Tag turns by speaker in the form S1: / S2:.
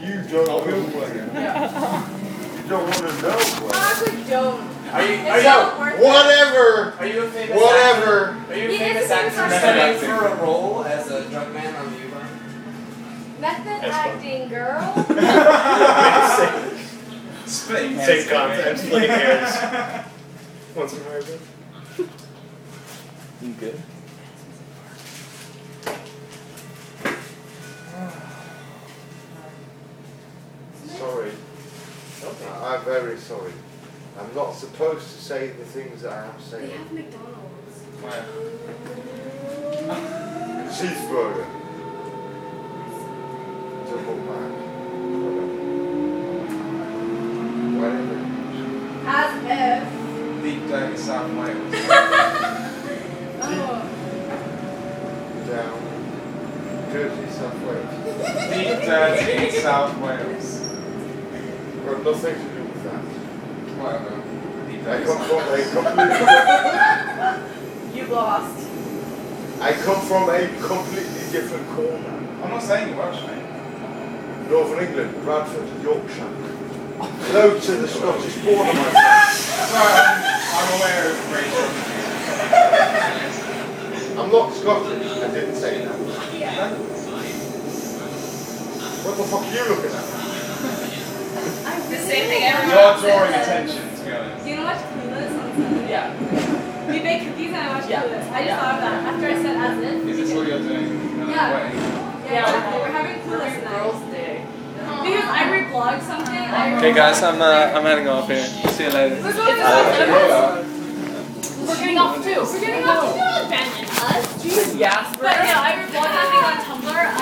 S1: don't know who You don't want to know what.
S2: Probably don't.
S3: Are you,
S2: It's
S3: are
S2: not worth it.
S1: Whatever,
S3: you, are you a famous
S1: whatever.
S3: actor? Are you a
S2: He is a
S3: famous
S2: famous
S3: actor studying
S2: actor.
S3: for a role as a drug man on the U-Line?
S2: Method
S4: That's fun.
S2: acting, girl.
S5: Same
S4: Same concept, splitting hairs. Want some hardwood?
S5: You good?
S1: Sorry, I'm very sorry. I'm not supposed to say the things that I am
S2: They
S1: saying.
S2: have McDonald's.
S1: Cheeseburger. Double mac. Whatever.
S2: As if.
S3: Deep down in South Wales.
S2: Oh.
S1: Down. Dirty Southwest.
S3: Deep down in South Wales.
S1: Got nothing to do with that.
S3: Whatever. Deep down
S1: I
S3: in
S1: come
S3: South
S1: from
S3: Wales.
S1: a completely,
S2: You lost.
S1: I come from a completely different corner.
S3: I'm not saying you're Welsh, mate.
S1: Northern England, Bradford, Yorkshire. Low to the Scottish border, my friend.
S3: Sorry, I'm, I'm aware of racial.
S1: I'm not Scottish. I didn't say that.
S2: Yeah.
S1: What the fuck are you looking at?
S2: I'm
S6: The same thing everyone
S3: You're
S6: else
S3: drawing
S6: says.
S3: attention, to be honest.
S2: Do you know what Clueless on Sunday?
S6: Yeah.
S2: We make cookies and I watch
S6: Yeah.
S2: Clueless. I just
S6: Yeah.
S2: thought of that after I said as if.
S3: Is this what you're doing? No,
S2: Yeah.
S3: wait.
S2: Yeah, exactly. We're having Clueless tonight.
S6: Day.
S2: Because I reblog something. I
S5: Hey guys, I'm uh, I'm heading off here. See you later.
S2: We're going to
S6: We're getting off too.
S2: We're getting off. You don't abandon us.
S6: Jeez, yes.
S2: But yeah, I reblog something on Tumblr. Of